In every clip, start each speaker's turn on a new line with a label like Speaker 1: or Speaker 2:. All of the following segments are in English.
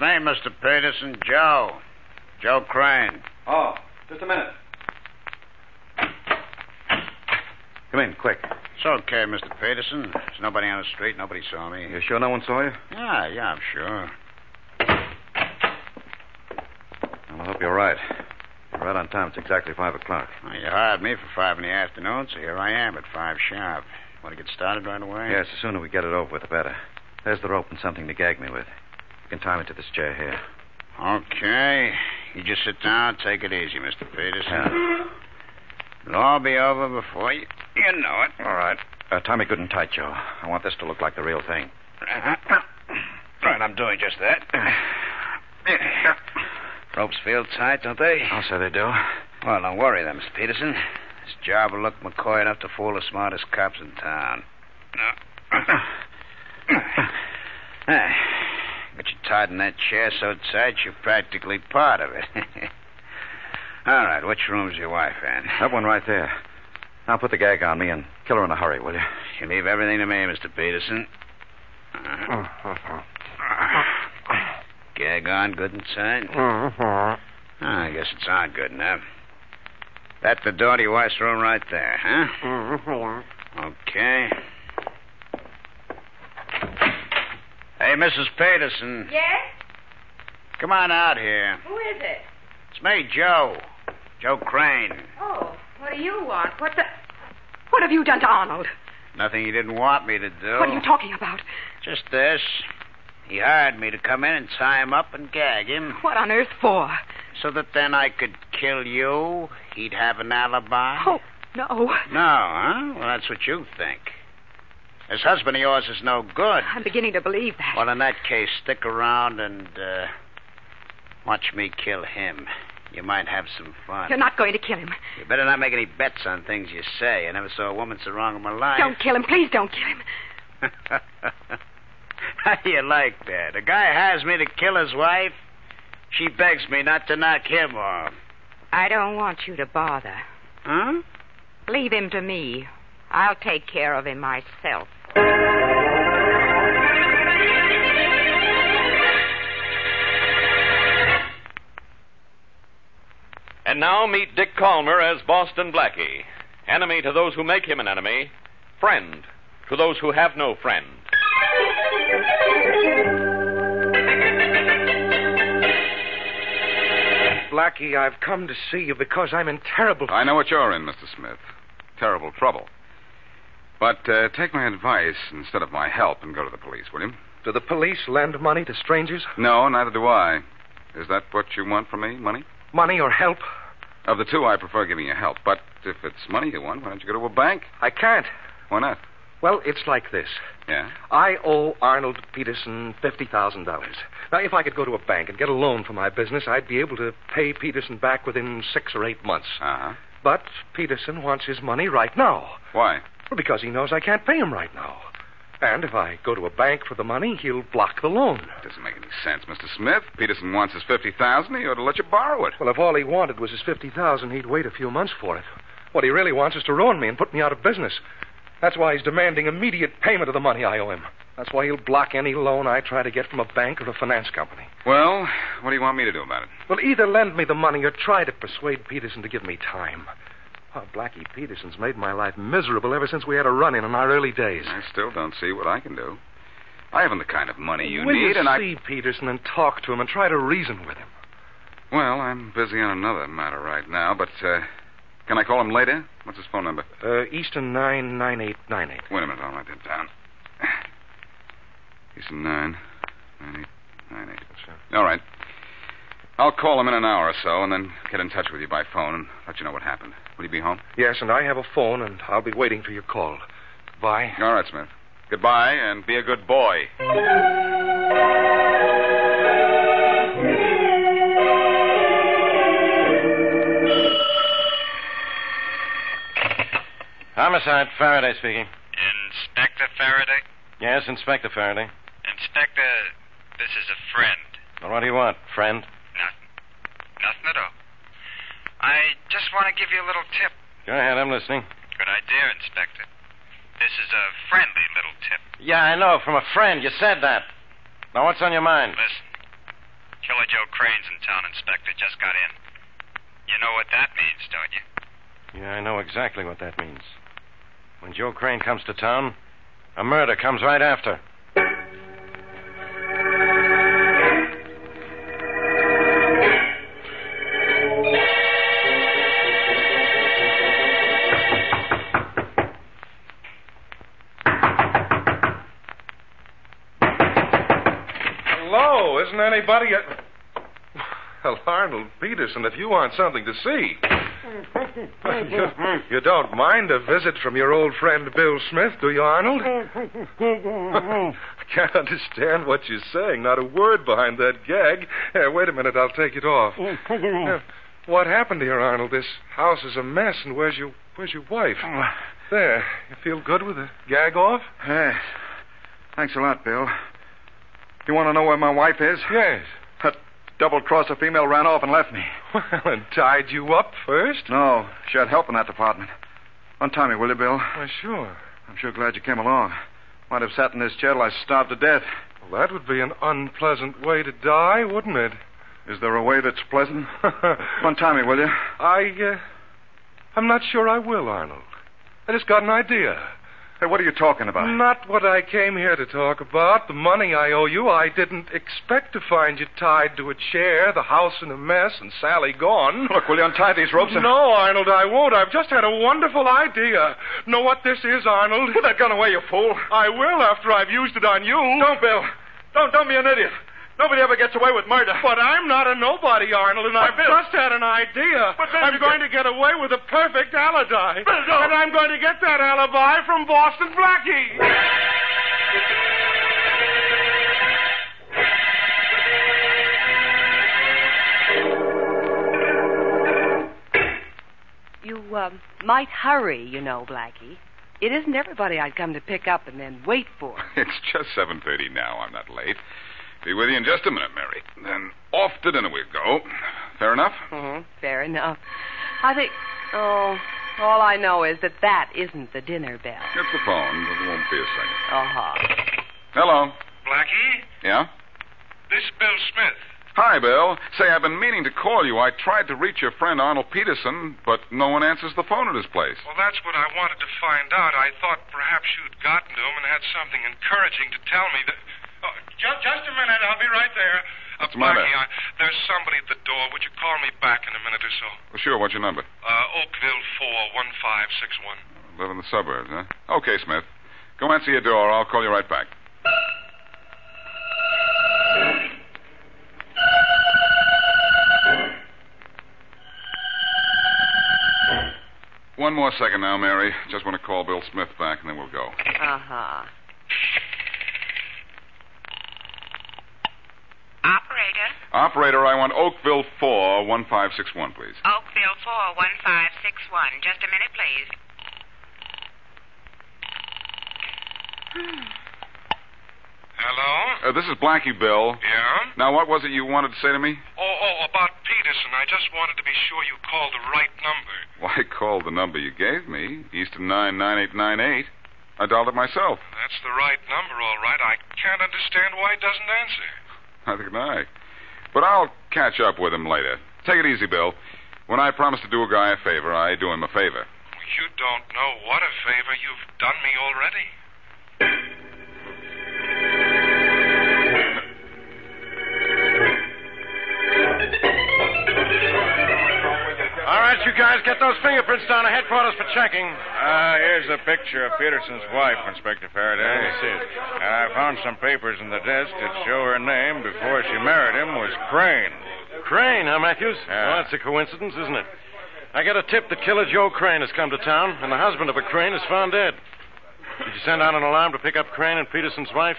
Speaker 1: name, Mr. Peterson? Joe. Joe Crane.
Speaker 2: Oh, just a minute.
Speaker 3: Come in, quick.
Speaker 1: It's okay, Mr. Peterson. There's nobody on the street. Nobody saw me.
Speaker 3: You sure no one saw you?
Speaker 1: Yeah, yeah, I'm sure.
Speaker 3: Well, I hope you're right. You're right on time. It's exactly 5 o'clock.
Speaker 1: Well, you hired me for five in the afternoon, so here I am at five sharp. Want to get started right away?
Speaker 3: Yes, the sooner we get it over with, the better. There's the rope and something to gag me with. You can tie me to this chair here.
Speaker 1: Okay. You just sit down. Take it easy, Mr.
Speaker 3: Uh,
Speaker 1: Peterson. It'll all be over before you, you know it.
Speaker 3: All right. Uh, tie me good and tight, Joe. I want this to look like the real thing.
Speaker 1: Uh-huh. Right, I'm doing just that. Ropes feel tight, don't they?
Speaker 3: I'll say Oh, they do.
Speaker 1: Well, don't worry then, Mr. Peterson. This job will look McCoy enough to fool the smartest cops in town. Ah, But you're tied in that chair so tight you're practically part of it. All right, which room's your wife in?
Speaker 3: That one right there. Now put the gag on me and kill her in a hurry, will you?
Speaker 1: You leave everything to me, Mr. Peterson. Gag on good and tight? Ah, I guess it's on good enough. That's the door to your wife's room right there, huh? Okay. Hey, Mrs. Peterson,
Speaker 4: Yes?
Speaker 1: come on out here.
Speaker 4: Who is it?
Speaker 1: It's me, Joe. Joe Crane.
Speaker 4: Oh, what do you want? What the. What have you done to Arnold?
Speaker 1: Nothing he didn't want me to do.
Speaker 4: What are you talking about?
Speaker 1: Just this. He hired me to come in and tie him up and gag him.
Speaker 4: What on earth for?
Speaker 1: So that then I could kill you, he'd have an alibi?
Speaker 4: Oh, no.
Speaker 1: No, huh? Well, that's what you think. This husband of yours is no good.
Speaker 4: I'm beginning to believe that.
Speaker 1: Well, in that case, stick around and uh, watch me kill him. You might have some fun.
Speaker 4: You're not going to kill him.
Speaker 1: You better not make any bets on things you say. I never saw a woman so wrong in my life.
Speaker 4: Don't kill him. Please don't kill him.
Speaker 1: How do you like that? A guy hires me to kill his wife. She begs me not to knock him off.
Speaker 4: I don't want you to bother.
Speaker 1: Huh?
Speaker 4: Leave him to me. I'll take care of him myself.
Speaker 5: And now meet Dick Calmer as Boston Blackie. Enemy to those who make him an enemy, friend to those who have no friend.
Speaker 6: Blackie, I've come to see you because I'm in terrible.
Speaker 7: I know what you're in, Mr. Smith. Terrible trouble. But uh, take my advice instead of my help and go to the police, will you?
Speaker 6: Do the police lend money to strangers?
Speaker 7: No, neither do I. Is that what you want from me, money?
Speaker 6: Money or help?
Speaker 7: Of the two, I prefer giving you help. But if it's money you want, why don't you go to a bank?
Speaker 6: I can't.
Speaker 7: Why not?
Speaker 6: Well, it's like this.
Speaker 7: Yeah.
Speaker 6: I owe Arnold Peterson $50,000. Now, if I could go to a bank and get a loan for my business, I'd be able to pay Peterson back within six or eight months.
Speaker 7: Uh huh.
Speaker 6: But Peterson wants his money right now.
Speaker 7: Why?
Speaker 6: Well, because he knows I can't pay him right now. And if I go to a bank for the money, he'll block the loan.
Speaker 7: Doesn't make any sense, Mr. Smith. Peterson wants his fifty thousand. He ought to let you borrow it.
Speaker 6: Well, if all he wanted was his fifty thousand, he'd wait a few months for it. What he really wants is to ruin me and put me out of business. That's why he's demanding immediate payment of the money I owe him. That's why he'll block any loan I try to get from a bank or a finance company.
Speaker 7: Well, what do you want me to do about it?
Speaker 6: Well, either lend me the money or try to persuade Peterson to give me time. Oh, Blackie Peterson's made my life miserable ever since we had a run in in our early days.
Speaker 7: I still don't see what I can do. I haven't the kind of money you
Speaker 6: Will
Speaker 7: need,
Speaker 6: you
Speaker 7: and I.
Speaker 6: see Peterson and talk to him and try to reason with him.
Speaker 7: Well, I'm busy on another matter right now, but uh, can I call him later? What's his phone number?
Speaker 6: Uh, Easton 99898.
Speaker 7: Wait a minute, I'll write that down. He's nine. Nine eight. Nine eight. All right. I'll call him in an hour or so and then get in touch with you by phone and let you know what happened. Will you be home?
Speaker 6: Yes, and I have a phone, and I'll be waiting for your call. Goodbye.
Speaker 7: All right, Smith. Goodbye and be a good boy.
Speaker 8: Homicide, Faraday speaking.
Speaker 9: Inspector Faraday?
Speaker 8: Yes, Inspector Faraday.
Speaker 9: Inspector, this is a friend.
Speaker 8: Well, what do you want, friend?
Speaker 9: Nothing. Nothing at all. I just want to give you a little tip.
Speaker 8: Go ahead, I'm listening.
Speaker 9: Good idea, Inspector. This is a friendly little tip.
Speaker 8: Yeah, I know, from a friend. You said that. Now, what's on your mind?
Speaker 9: Listen, Joe Crane's in town, Inspector. Just got in. You know what that means, don't you?
Speaker 8: Yeah, I know exactly what that means. When Joe Crane comes to town, a murder comes right after.
Speaker 10: Hello, isn't anybody at... Well, Arnold Peterson, if you want something to see. you, you don't mind a visit from your old friend Bill Smith, do you, Arnold? I
Speaker 11: Mm-hmm.
Speaker 10: can't understand what you're saying. Not a word behind that gag. Here, wait a minute, I'll take it off.
Speaker 11: Mm,
Speaker 10: Here, what happened here, Arnold? This house is a mess, and where's your where's your wife?
Speaker 11: Ah.
Speaker 10: There. You feel good with the gag off?
Speaker 11: Yes. Thanks a lot, Bill. You want to know where my wife is?
Speaker 10: Yes.
Speaker 11: That double crosser female ran off and left me.
Speaker 10: Well, and tied you up first?
Speaker 11: No, she had help in that department. Untie me, will you, Bill?
Speaker 10: Why, sure.
Speaker 11: I'm sure glad you came along. Might have sat in this chair till I starved to death.
Speaker 10: Well, that would be an unpleasant way to die, wouldn't it?
Speaker 11: Is there a way that's pleasant? Untie me, will you?
Speaker 10: I, uh, I'm not sure I will, Arnold. I just got an idea.
Speaker 11: Hey, what are you talking about?
Speaker 10: Not what I came here to talk about. The money I owe you, I didn't expect to find you tied to a chair, the house in a mess, and Sally gone.
Speaker 11: Look, will you untie these ropes? and-
Speaker 10: No, Arnold, I won't. I've just had a wonderful idea. Know what this is, Arnold? Put that gun away, you fool. I will after I've used it on you. Don't, Bill. Don't, don't be an idiot. Nobody ever gets away with murder. But I'm not a nobody, Arnold, and I've just had an idea. But I'm going to get away with a perfect alibi. And I'm going to get that alibi from Boston Blackie.
Speaker 2: You um, might hurry, you know, Blackie. It isn't everybody I'd come to pick up and then wait for.
Speaker 7: It's just 7.30 now. I'm not late. Be with you in just a minute, Mary. Then off to dinner we go. Fair enough?
Speaker 2: hmm Fair enough. I think. Oh, all I know is that that isn't the dinner bell.
Speaker 7: Get the phone. It won't be a second.
Speaker 2: Uh huh.
Speaker 7: Hello.
Speaker 10: Hmm?
Speaker 9: Blackie,
Speaker 7: Yeah?
Speaker 9: this Bill Smith.
Speaker 7: Hi, Bill. Say, I've been meaning to call you. I tried to reach your friend Arnold Peterson, but no one answers the phone at his place.
Speaker 9: Well, that's what I wanted to find out. I thought perhaps you'd gotten to him and had something encouraging to tell me. That... Oh, just, just a minute. I'll be right there.
Speaker 10: Uh,
Speaker 7: What's the matter?
Speaker 9: Blackie, I, there's somebody at the door. Would you call me back in a minute or so?
Speaker 7: Well, sure, what's your number?
Speaker 9: Uh, Oakville 41561.
Speaker 7: Live in the suburbs, huh? Okay, Smith. Go answer your door. I'll call you right back. One more second now, Mary. Just want to call Bill Smith back, and then we'll go.
Speaker 2: Uh huh.
Speaker 4: Operator,
Speaker 7: Operator, I want Oakville 4 1561, please.
Speaker 4: Oakville 41561. Just a minute, please.
Speaker 9: Hello?
Speaker 7: Uh, this is Blackie Bill.
Speaker 9: Yeah?
Speaker 7: Now, what was it you wanted to say to me?
Speaker 9: Oh, oh, about Peterson. I just wanted to be sure you called the right number.
Speaker 7: Well, I called the number you gave me, Easton 99898. I dialed it myself.
Speaker 9: That's the right number, all right. I can't understand why it doesn't answer.
Speaker 7: Neither can I. But I'll catch up with him later. Take it easy, Bill. When I promise to do a guy a favor, I do him a favor.
Speaker 9: You don't know what a favor you've done me already.
Speaker 8: All right, you guys, get those fingerprints down to headquarters for checking. Ah, here's a picture of Peterson's wife, Inspector Faraday. I see it. And I found some papers in the desk that show her name before she married him was Crane. Crane, huh, Matthews? Well, that's a coincidence, isn't it? I got a tip that killer Joe Crane has come to town, and the husband of a Crane is found dead. Did you send out an alarm to pick up Crane and Peterson's wife?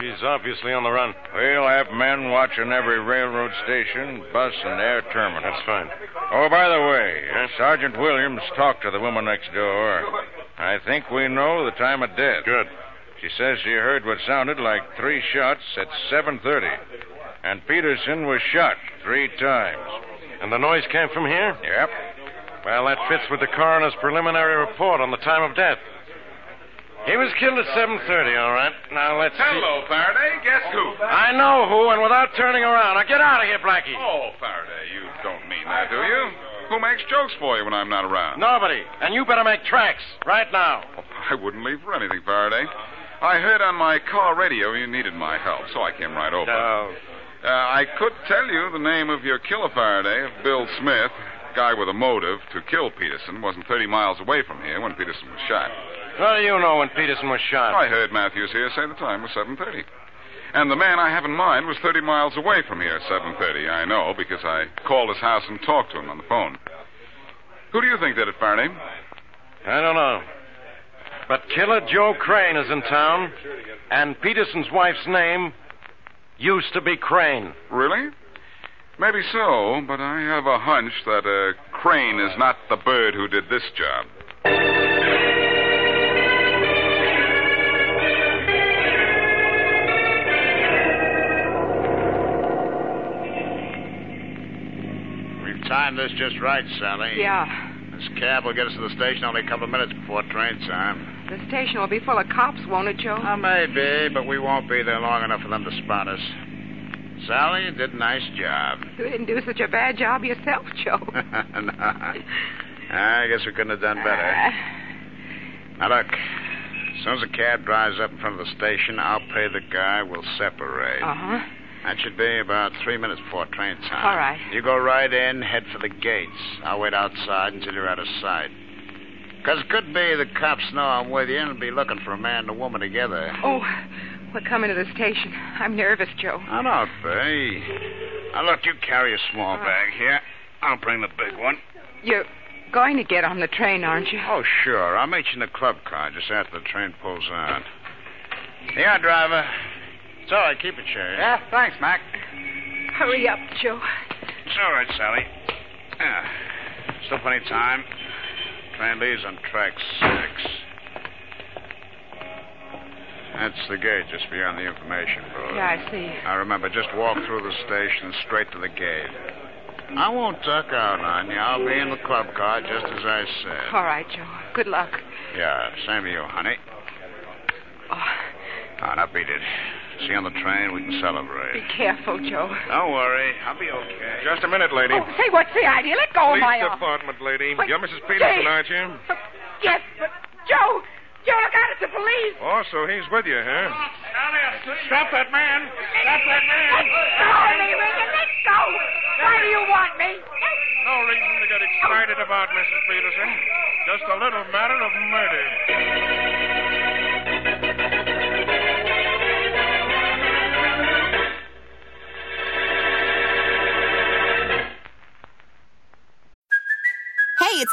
Speaker 8: She's obviously on the run. We'll have men watching every railroad station, bus, and air terminal. That's fine. Oh, by the way, Sergeant Williams talked to the woman next door. I think we know the time of death. Good. She says she heard what sounded like three shots at 7:30, and Peterson was shot three times. And the noise came from here. Yep. Well, that fits with the coroner's preliminary report on the time of death. He was killed at 7.30, all right. Now, let's
Speaker 7: Hello,
Speaker 8: see.
Speaker 7: Faraday. Guess who?
Speaker 8: I know who, and without turning around. Now, get out of here, Blackie.
Speaker 7: Oh, Faraday, you don't mean that, do you? Who makes jokes for you when I'm not around? Oh,
Speaker 8: Nobody. And you better make tracks right now.
Speaker 7: I wouldn't leave for anything, Faraday. I heard on my car radio you needed my help, so I came right over.
Speaker 8: Oh.
Speaker 7: Uh, I could tell you the name of your killer, Faraday, Bill Smith, guy with a motive to kill Peterson, wasn't 30 miles away from here when Peterson was shot.
Speaker 8: How do you know when Peterson was shot?
Speaker 7: I heard Matthews here say the time was 7.30. And the man I have in mind was 30 miles away from here, 7.30, I know, because I called his house and talked to him on the phone. Who do you think did it, Faraday?
Speaker 8: I don't know. But Killer Joe Crane is in town, and Peterson's wife's name used to be Crane.
Speaker 7: Really? Maybe so, but I have a hunch that uh, Crane is not the bird who did this job.
Speaker 1: We've timed this just right, Sally.
Speaker 4: Yeah.
Speaker 1: This cab will get us to the station only a couple of minutes before train time.
Speaker 4: The station will be full of cops, won't it, Joe?
Speaker 1: Uh, maybe, but we won't be there long enough for them to spot us. Sally, you did a nice job.
Speaker 4: You didn't do such a bad job yourself, Joe.
Speaker 1: I guess we couldn't have done better. Now, look, as soon as the cab drives up in front of the station, I'll pay the guy. We'll separate.
Speaker 4: Uh huh.
Speaker 1: That should be about three minutes before train time.
Speaker 4: All right.
Speaker 1: You go right in, head for the gates. I'll wait outside until you're out of sight. Because it could be the cops know I'm with you and will be looking for a man and a woman together.
Speaker 4: Oh, we're coming to the station. I'm nervous, Joe.
Speaker 1: I know, Fay. Oh, Now, look, you carry a small
Speaker 4: Uh.
Speaker 1: bag here. I'll bring the big one.
Speaker 4: You're going to get on the train, aren't you?
Speaker 1: Oh, sure. I'll meet you in the club car just after the train pulls out. Yeah, driver. It's all right. Keep it, Sherry.
Speaker 7: Yeah, thanks, Mac.
Speaker 4: Hurry up, Joe.
Speaker 1: It's all right, Sally. Yeah. Still plenty of time. Train leaves on track six. That's the gate just beyond the information booth.
Speaker 4: Yeah, I see.
Speaker 1: Now remember, just walk through the station straight to the gate. I won't duck out on you. I'll be in the club car just as I said.
Speaker 4: All right, Joe. Good luck.
Speaker 1: Yeah, same to you, honey.
Speaker 4: Oh.
Speaker 1: Ah, now beat it. See you on the train. We can
Speaker 4: Be
Speaker 1: celebrate.
Speaker 4: careful, Joe.
Speaker 1: Don't worry. I'll be okay.
Speaker 10: Just a minute, lady.
Speaker 4: Oh, say, what's the idea? Let go of my
Speaker 10: Police
Speaker 4: arm.
Speaker 10: department, lady.
Speaker 4: Wait,
Speaker 10: You're Mrs.
Speaker 4: Jane.
Speaker 10: Peterson, aren't you?
Speaker 4: Yes, but Joe, Joe, look out! It's the police.
Speaker 10: Oh, so he's with you, huh?
Speaker 12: Stop that man! Stop that man!
Speaker 4: Let go! Why do you want me?
Speaker 12: No reason to get excited about, Mrs. Peterson. Just a little matter of murder.
Speaker 13: Hey, it's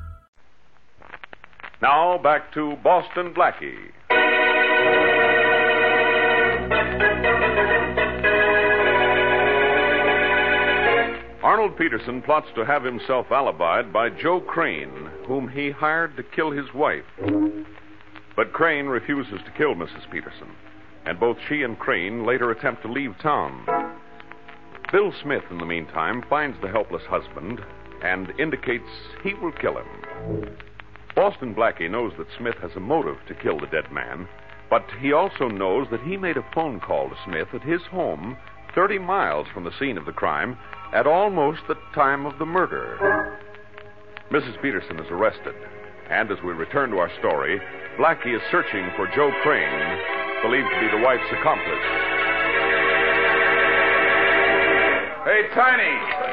Speaker 5: Now back to Boston Blackie. Arnold Peterson plots to have himself alibied by Joe Crane, whom he hired to kill his wife. But Crane refuses to kill Mrs. Peterson, and both she and Crane later attempt to leave town. Bill Smith, in the meantime, finds the helpless husband and indicates he will kill him. Boston Blackie knows that Smith has a motive to kill the dead man, but he also knows that he made a phone call to Smith at his home, 30 miles from the scene of the crime, at almost the time of the murder. Mrs. Peterson is arrested, and as we return to our story, Blackie is searching for Joe Crane, believed to be the wife's accomplice.
Speaker 7: Hey, Tiny.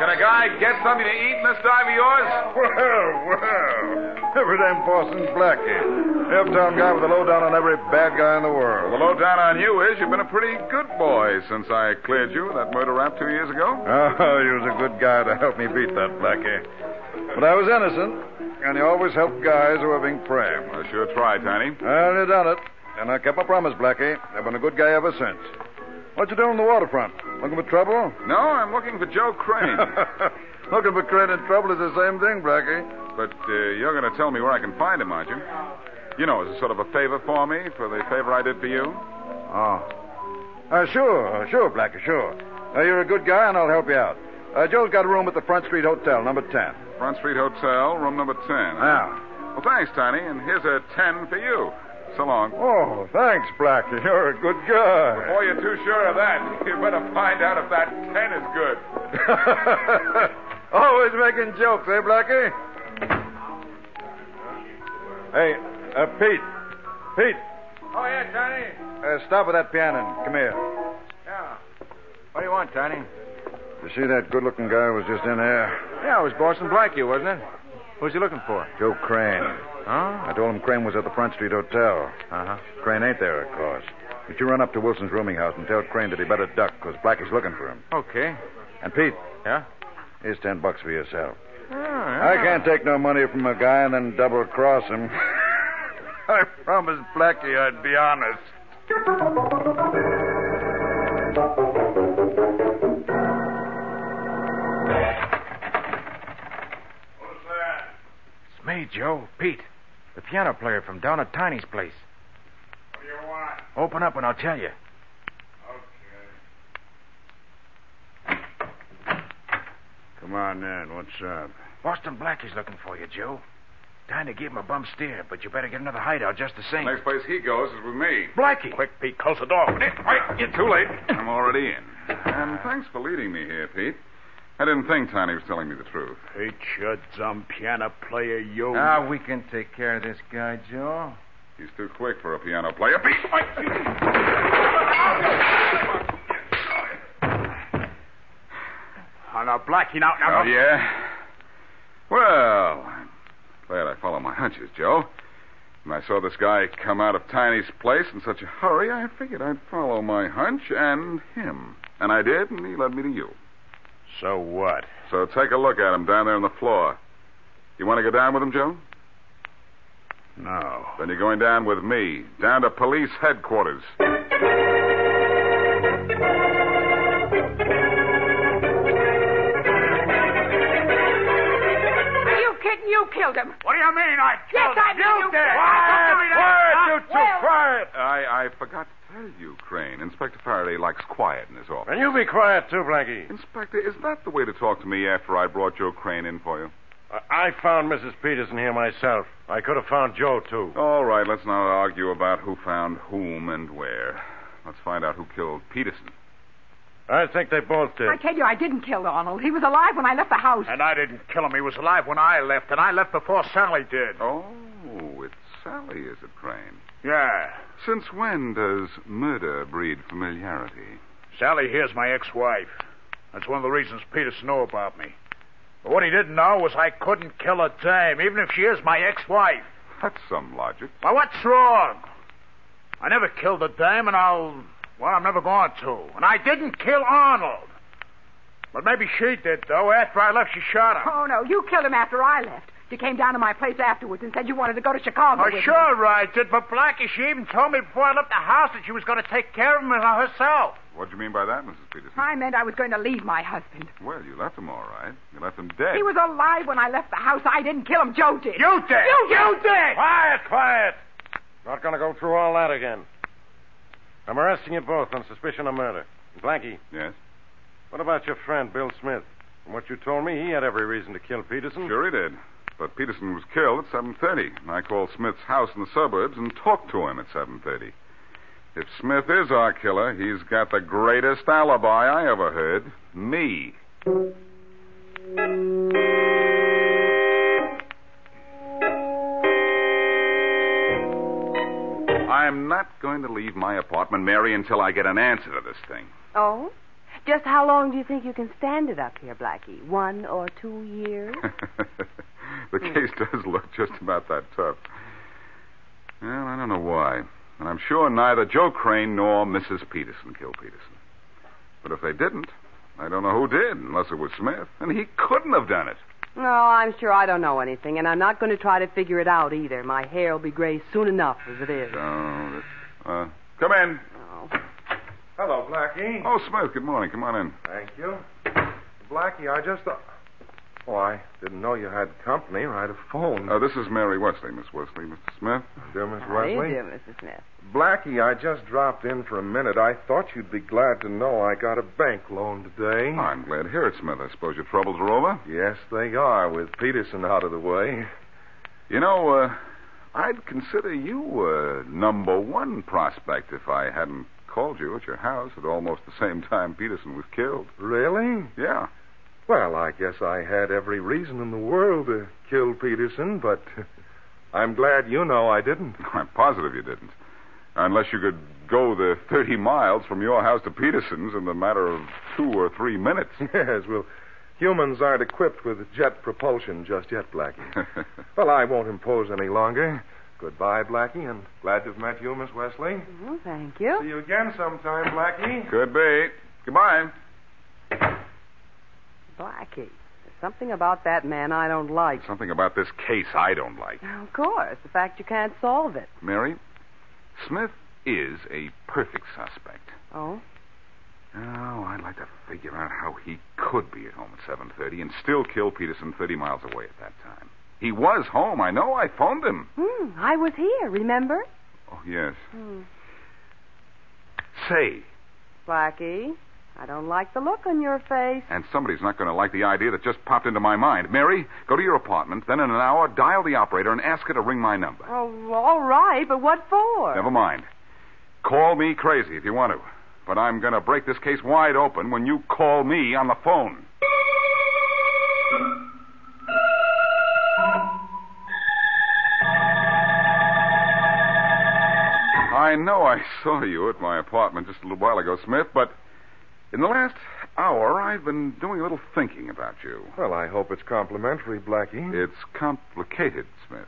Speaker 7: Can a guy get something to eat in this dive of yours?
Speaker 3: Well, well. Every damn Boston's blackie. Uptown guy with a lowdown on every bad guy in the world.
Speaker 7: The lowdown on you is you've been a pretty good boy since I cleared you of that murder rap two years ago.
Speaker 3: Oh, you was a good guy to help me beat that blackie. But I was innocent, and you always help guys who are being framed.
Speaker 7: I sure tried, Tiny.
Speaker 3: Well, you done it. And I kept my promise, Blackie. I've been a good guy ever since. What you doing on the waterfront? Looking for trouble?
Speaker 7: No, I'm looking for Joe Crane.
Speaker 3: Looking for Crane and trouble is the same thing, Blackie.
Speaker 7: But uh, you're going to tell me where I can find him, aren't you? You know, as a sort of a favor for me, for the favor I did for you.
Speaker 3: Oh. Uh, sure, sure, Blackie, sure. Uh, you're a good guy, and I'll help you out. Uh, Joe's got a room at the Front Street Hotel, number 10.
Speaker 7: Front Street Hotel, room number 10.
Speaker 3: Yeah.
Speaker 7: Well, thanks, Tiny, and here's a 10 for you. So long.
Speaker 3: Oh, thanks, Blackie. You're a good guy.
Speaker 7: Boy, you're too sure of that. You better find out if that 10 is good.
Speaker 3: Always making jokes, eh, Blackie? Hey, uh, Pete. Pete,
Speaker 6: Oh, yeah, Tiny.
Speaker 3: uh, stop with that piano. and Come here.
Speaker 6: Yeah. What do you want, Tiny?
Speaker 3: You see that good looking guy was just in there?
Speaker 6: Yeah, it was Boston Blackie, wasn't it? Who's he looking for?
Speaker 3: Joe Crane.
Speaker 6: Huh?
Speaker 3: I told him Crane was at the Front Street Hotel.
Speaker 6: Uh-huh.
Speaker 3: Crane ain't there, of course. But you run up to Wilson's rooming house and tell Crane that he better duck, because Blackie's looking for him.
Speaker 6: Okay.
Speaker 3: And Pete.
Speaker 6: Yeah?
Speaker 3: Here's ten bucks for yourself.
Speaker 6: Oh, yeah.
Speaker 3: I can't take no money from a guy and then double cross him. I promised Blackie I'd be honest.
Speaker 6: It's me, Joe. Pete. The piano player from down at Tiny's place.
Speaker 9: What do you want?
Speaker 6: Open up and I'll tell you.
Speaker 3: Come on in. What's up?
Speaker 6: Boston Blackie's looking for you, Joe. Tiny gave him a bum steer, but you better get another hideout just the same.
Speaker 7: Next place he goes is with me.
Speaker 6: Blackie! Quick, Pete, close the door. Wait, you're too late.
Speaker 7: I'm already in. And thanks for leading me here, Pete. I didn't think Tiny was telling me the truth.
Speaker 12: Hate you, dumb piano player,
Speaker 8: Oh.
Speaker 12: you.
Speaker 6: Ah, we can take care of this guy, Joe.
Speaker 7: He's too quick for a piano player. Pete!
Speaker 12: Oh, now, Blackie, now, now.
Speaker 7: Oh, yeah? Well, I'm glad I followed my hunches, Joe. When I saw this guy come out of Tiny's place in such a hurry, I figured I'd follow my hunch and him. And I did, and he led me to you.
Speaker 12: So what?
Speaker 7: So take a look at him down there on the floor. You want to go down with him, Joe?
Speaker 12: No.
Speaker 7: Then you're going down with me, down to police headquarters.
Speaker 4: Are you kidding? You killed him.
Speaker 12: What do you mean I
Speaker 4: Yes, I mean you did.
Speaker 7: Quiet!
Speaker 4: Well,
Speaker 7: quiet! I, I forgot to tell you, Crane. Inspector Faraday likes quiet in his office.
Speaker 3: And you be quiet, too, Blackie.
Speaker 7: Inspector, is that the way to talk to me after I brought Joe Crane in for you?
Speaker 8: I found Mrs. Peterson here myself. I could have found Joe, too.
Speaker 7: All right, let's not argue about who found whom and where. Let's find out who killed Peterson.
Speaker 8: I think they both did.
Speaker 14: I tell you, I didn't kill Donald. He was alive when I left the house.
Speaker 12: And I didn't kill him. He was alive when I left, and I left before Sally did.
Speaker 7: Oh. Oh, it's Sally, is it, Crane?
Speaker 12: Yeah.
Speaker 7: Since when does murder breed familiarity?
Speaker 12: Sally here's my ex-wife. That's one of the reasons Peterson knew about me. But what he didn't know was I couldn't kill a dame, even if she is my ex-wife.
Speaker 7: That's some logic.
Speaker 12: Well, what's wrong? I never killed a dame, and I'll... Well, I'm never going to. And I didn't kill Arnold. But maybe she did, though. After I left, she shot him.
Speaker 14: Oh, no, you killed him after I left. You came down to my place afterwards and said you wanted to go to Chicago.
Speaker 12: Oh,
Speaker 14: with me.
Speaker 12: sure, I did. But Blackie, she even told me before I left the house that she was going to take care of him herself.
Speaker 7: What do you mean by that, Mrs. Peterson?
Speaker 14: I meant I was going to leave my husband.
Speaker 7: Well, you left him all right. You left him dead.
Speaker 14: He was alive when I left the house. I didn't kill him. Joe did.
Speaker 12: You did.
Speaker 14: You did.
Speaker 12: You did.
Speaker 8: Quiet, quiet! Not going to go through all that again. I'm arresting you both on suspicion of murder. Blanky,
Speaker 7: Yes?
Speaker 8: what about your friend, Bill Smith? From what you told me, he had every reason to kill Peterson.
Speaker 7: Sure he did. But Peterson was killed at 7.30, and I called Smith's house in the suburbs and talked to him at 7.30. If Smith is our killer, he's got the greatest alibi I ever heard. Me. I am not going to leave my apartment, Mary, until I get an answer to this thing.
Speaker 2: Oh? Just how long do you think you can stand it up here, Blackie? One or two years?
Speaker 7: the case does look just about that tough. Well, I don't know why. And I'm sure neither Joe Crane nor Mrs. Peterson killed Peterson. But if they didn't, I don't know who did, unless it was Smith. And he couldn't have done it.
Speaker 2: No, I'm sure I don't know anything, and I'm not going to try to figure it out either. My hair will be gray soon enough, as it is.
Speaker 7: So, Uh, come in.
Speaker 10: Oh. Hello, Blackie.
Speaker 7: Oh, Smith, good morning. Come on in.
Speaker 10: Thank you. Blackie, I just. Uh... Oh, I didn't know you had company or I'd have phoned.
Speaker 7: Uh, this is Mary Wesley, Miss Wesley. Mr. Smith?
Speaker 10: Dear Miss Wesley.
Speaker 15: Mrs. Smith.
Speaker 10: Blackie, I just dropped in for a minute. I thought you'd be glad to know I got a bank loan today.
Speaker 7: Oh, I'm glad to hear it, Smith. I suppose your troubles are over?
Speaker 10: Yes, they are, with Peterson out of the way.
Speaker 7: You know, uh, I'd consider you uh, number one prospect if I hadn't called you at your house at almost the same time Peterson was killed.
Speaker 10: Really?
Speaker 7: Yeah.
Speaker 10: Hmm. Well, I guess I had every reason in the world to kill Peterson, but I'm glad you know I didn't.
Speaker 7: I'm positive you didn't. Unless you could go the 30 miles from your house to Peterson's in the matter of two or three minutes.
Speaker 10: Yes, well, humans aren't equipped with jet propulsion just yet, Blackie. well, I won't impose any longer. Goodbye, Blackie, and glad to have met you, Miss Wesley.
Speaker 15: Well, thank you.
Speaker 10: See you again sometime, Blackie.
Speaker 7: Mm-hmm. Could be. Goodbye.
Speaker 15: Blackie. There's something about that man I don't like.
Speaker 7: Something about this case I don't like.
Speaker 15: Of course, the fact you can't solve it.
Speaker 7: Mary, Smith is a perfect suspect.
Speaker 15: Oh?
Speaker 7: Oh, I'd like to figure out how he could be at home at 7.30 and still kill Peterson 30 miles away at that time. He was home. I know. I phoned him.
Speaker 15: Hmm, I was here, remember?
Speaker 7: Oh, yes.
Speaker 15: Hmm.
Speaker 7: Say,
Speaker 15: Blackie, I don't like the look on your face.
Speaker 7: and somebody's not going to like the idea that just popped into my mind. Mary, go to your apartment, then in an hour, dial the operator and ask her to ring my number.
Speaker 15: Oh, all right, but what for?
Speaker 7: Never mind. Call me crazy if you want to. But I'm going to break this case wide open when you call me on the phone. I know I saw you at my apartment just a little while ago, Smith, but in the last hour I've been doing a little thinking about you.
Speaker 10: Well, I hope it's complimentary, Blackie.
Speaker 7: It's complicated, Smith.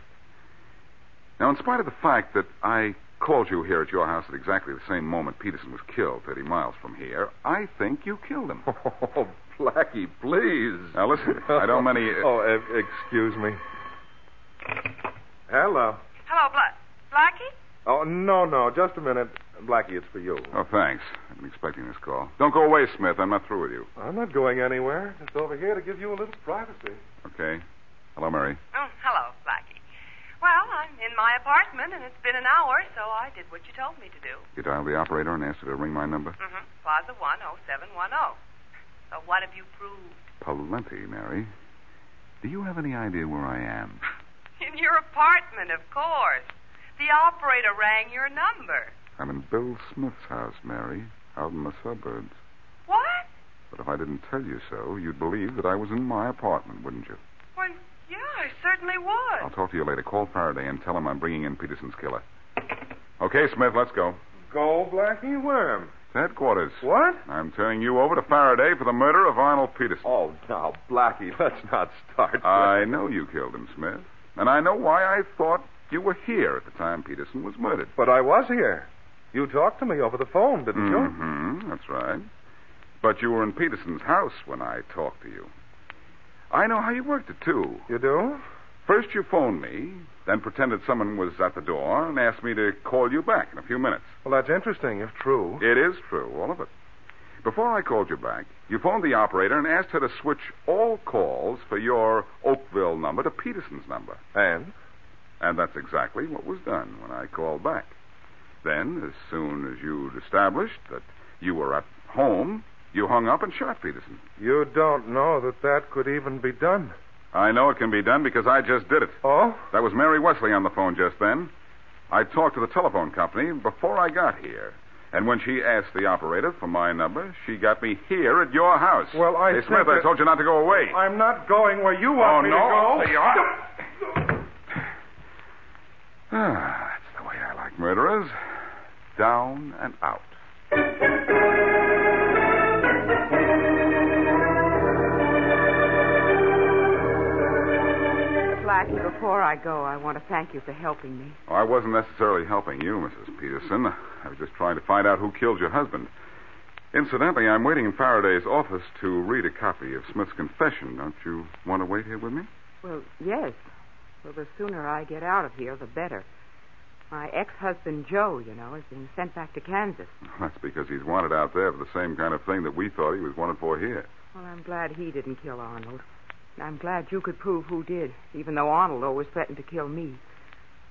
Speaker 7: Now, in spite of the fact that I called you here at your house at exactly the same moment Peterson was killed, 30 miles from here, I think you killed him.
Speaker 10: Oh, Blackie, please.
Speaker 7: Now, listen, I don't many.
Speaker 10: Oh, e- excuse me. Hello.
Speaker 4: Hello, Bla- Blackie?
Speaker 10: Oh, no, no, just a minute. Blackie, it's for you.
Speaker 7: Oh, thanks. I've been expecting this call. Don't go away, Smith. I'm not through with you.
Speaker 10: I'm not going anywhere. Just over here to give you a little privacy.
Speaker 7: Okay? Hello, Mary.
Speaker 15: Oh, hello, Blackie. Well, I'm in my apartment, and it's been an hour, so I did what you told me to do.
Speaker 7: You dialed the operator and asked her to ring my number?
Speaker 15: Mm-hmm. Plaza 10710. oh. So what have you proved?
Speaker 7: Plenty, Mary. Do you have any idea where I am?
Speaker 15: In your apartment, of course. The operator rang your number.
Speaker 7: I'm in Bill Smith's house, Mary, out in the suburbs.
Speaker 15: What?
Speaker 7: But if I didn't tell you so, you'd believe that I was in my apartment, wouldn't you?
Speaker 15: Well, yeah, I certainly
Speaker 7: I'll
Speaker 15: was.
Speaker 7: talk to you later. Call Faraday and tell him I'm bringing in Peterson's killer. Okay, Smith, let's go.
Speaker 10: Go, Blackie, worm.
Speaker 7: To headquarters.
Speaker 10: What?
Speaker 7: I'm turning you over to Faraday for the murder of Arnold Peterson.
Speaker 10: Oh, now, Blackie, let's not start.
Speaker 7: I know you killed him, Smith. And I know why I thought you were here at the time Peterson was murdered.
Speaker 10: But I was here. You talked to me over the phone, didn't you?
Speaker 7: hmm that's right. But you were in Peterson's house when I talked to you. I know how you worked it, too.
Speaker 10: You do?
Speaker 7: First, you phoned me, then pretended someone was at the door and asked me to call you back in a few minutes.
Speaker 10: Well, that's interesting, if true.
Speaker 7: It is true, all of it. Before I called you back, you phoned the operator and asked her to switch all calls for your Oakville number to Peterson's number.
Speaker 10: And?
Speaker 7: And that's exactly what was done when I called back. Then, as soon as you'd established that you were at home, you hung up and shot Peterson.
Speaker 10: You don't know that that could even be done.
Speaker 7: I know it can be done because I just did it.
Speaker 10: Oh?
Speaker 7: That was Mary Wesley on the phone just then. I talked to the telephone company before I got here. And when she asked the operator for my number, she got me here at your house.
Speaker 10: Well, I
Speaker 7: Hey,
Speaker 10: think
Speaker 7: Smith, I
Speaker 10: that-
Speaker 7: told you not to go away.
Speaker 10: I'm not going where you
Speaker 7: oh,
Speaker 10: want me
Speaker 7: no.
Speaker 10: to
Speaker 7: There
Speaker 10: go.
Speaker 7: you are. Ah, that's the way I like murderers. Down and out.
Speaker 4: Blackie, before I go, I want to thank you for helping me.
Speaker 7: Oh, I wasn't necessarily helping you, Mrs. Peterson. I was just trying to find out who killed your husband. Incidentally, I'm waiting in Faraday's office to read a copy of Smith's confession. Don't you want to wait here with me?
Speaker 4: Well, yes. Well, the sooner I get out of here, the better. My ex-husband Joe, you know, is being sent back to Kansas.
Speaker 7: That's because he's wanted out there for the same kind of thing that we thought he was wanted for here.
Speaker 4: Well, I'm glad he didn't kill Arnold. And I'm glad you could prove who did, even though Arnold always threatened to kill me.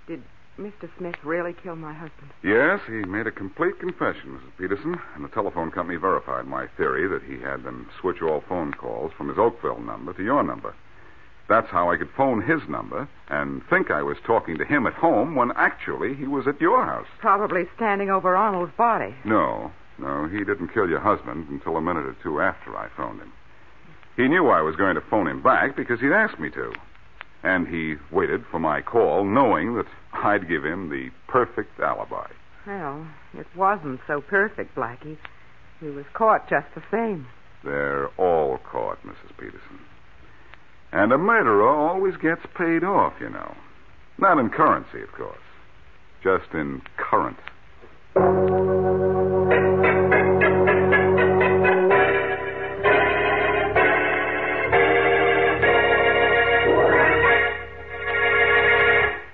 Speaker 4: Did Mr. Smith really kill my husband?
Speaker 7: Yes, he made a complete confession, Mrs. Peterson, and the telephone company verified my theory that he had them switch all phone calls from his Oakville number to your number. That's how I could phone his number and think I was talking to him at home when actually he was at your house.
Speaker 4: Probably standing over Arnold's body.
Speaker 7: No, no, he didn't kill your husband until a minute or two after I phoned him. He knew I was going to phone him back because he'd asked me to. And he waited for my call, knowing that I'd give him the perfect alibi.
Speaker 4: Well, it wasn't so perfect, Blackie. He was caught just the same.
Speaker 7: They're all caught, Mrs. Peterson. And a murderer always gets paid off, you know. Not in currency, of course, just in current.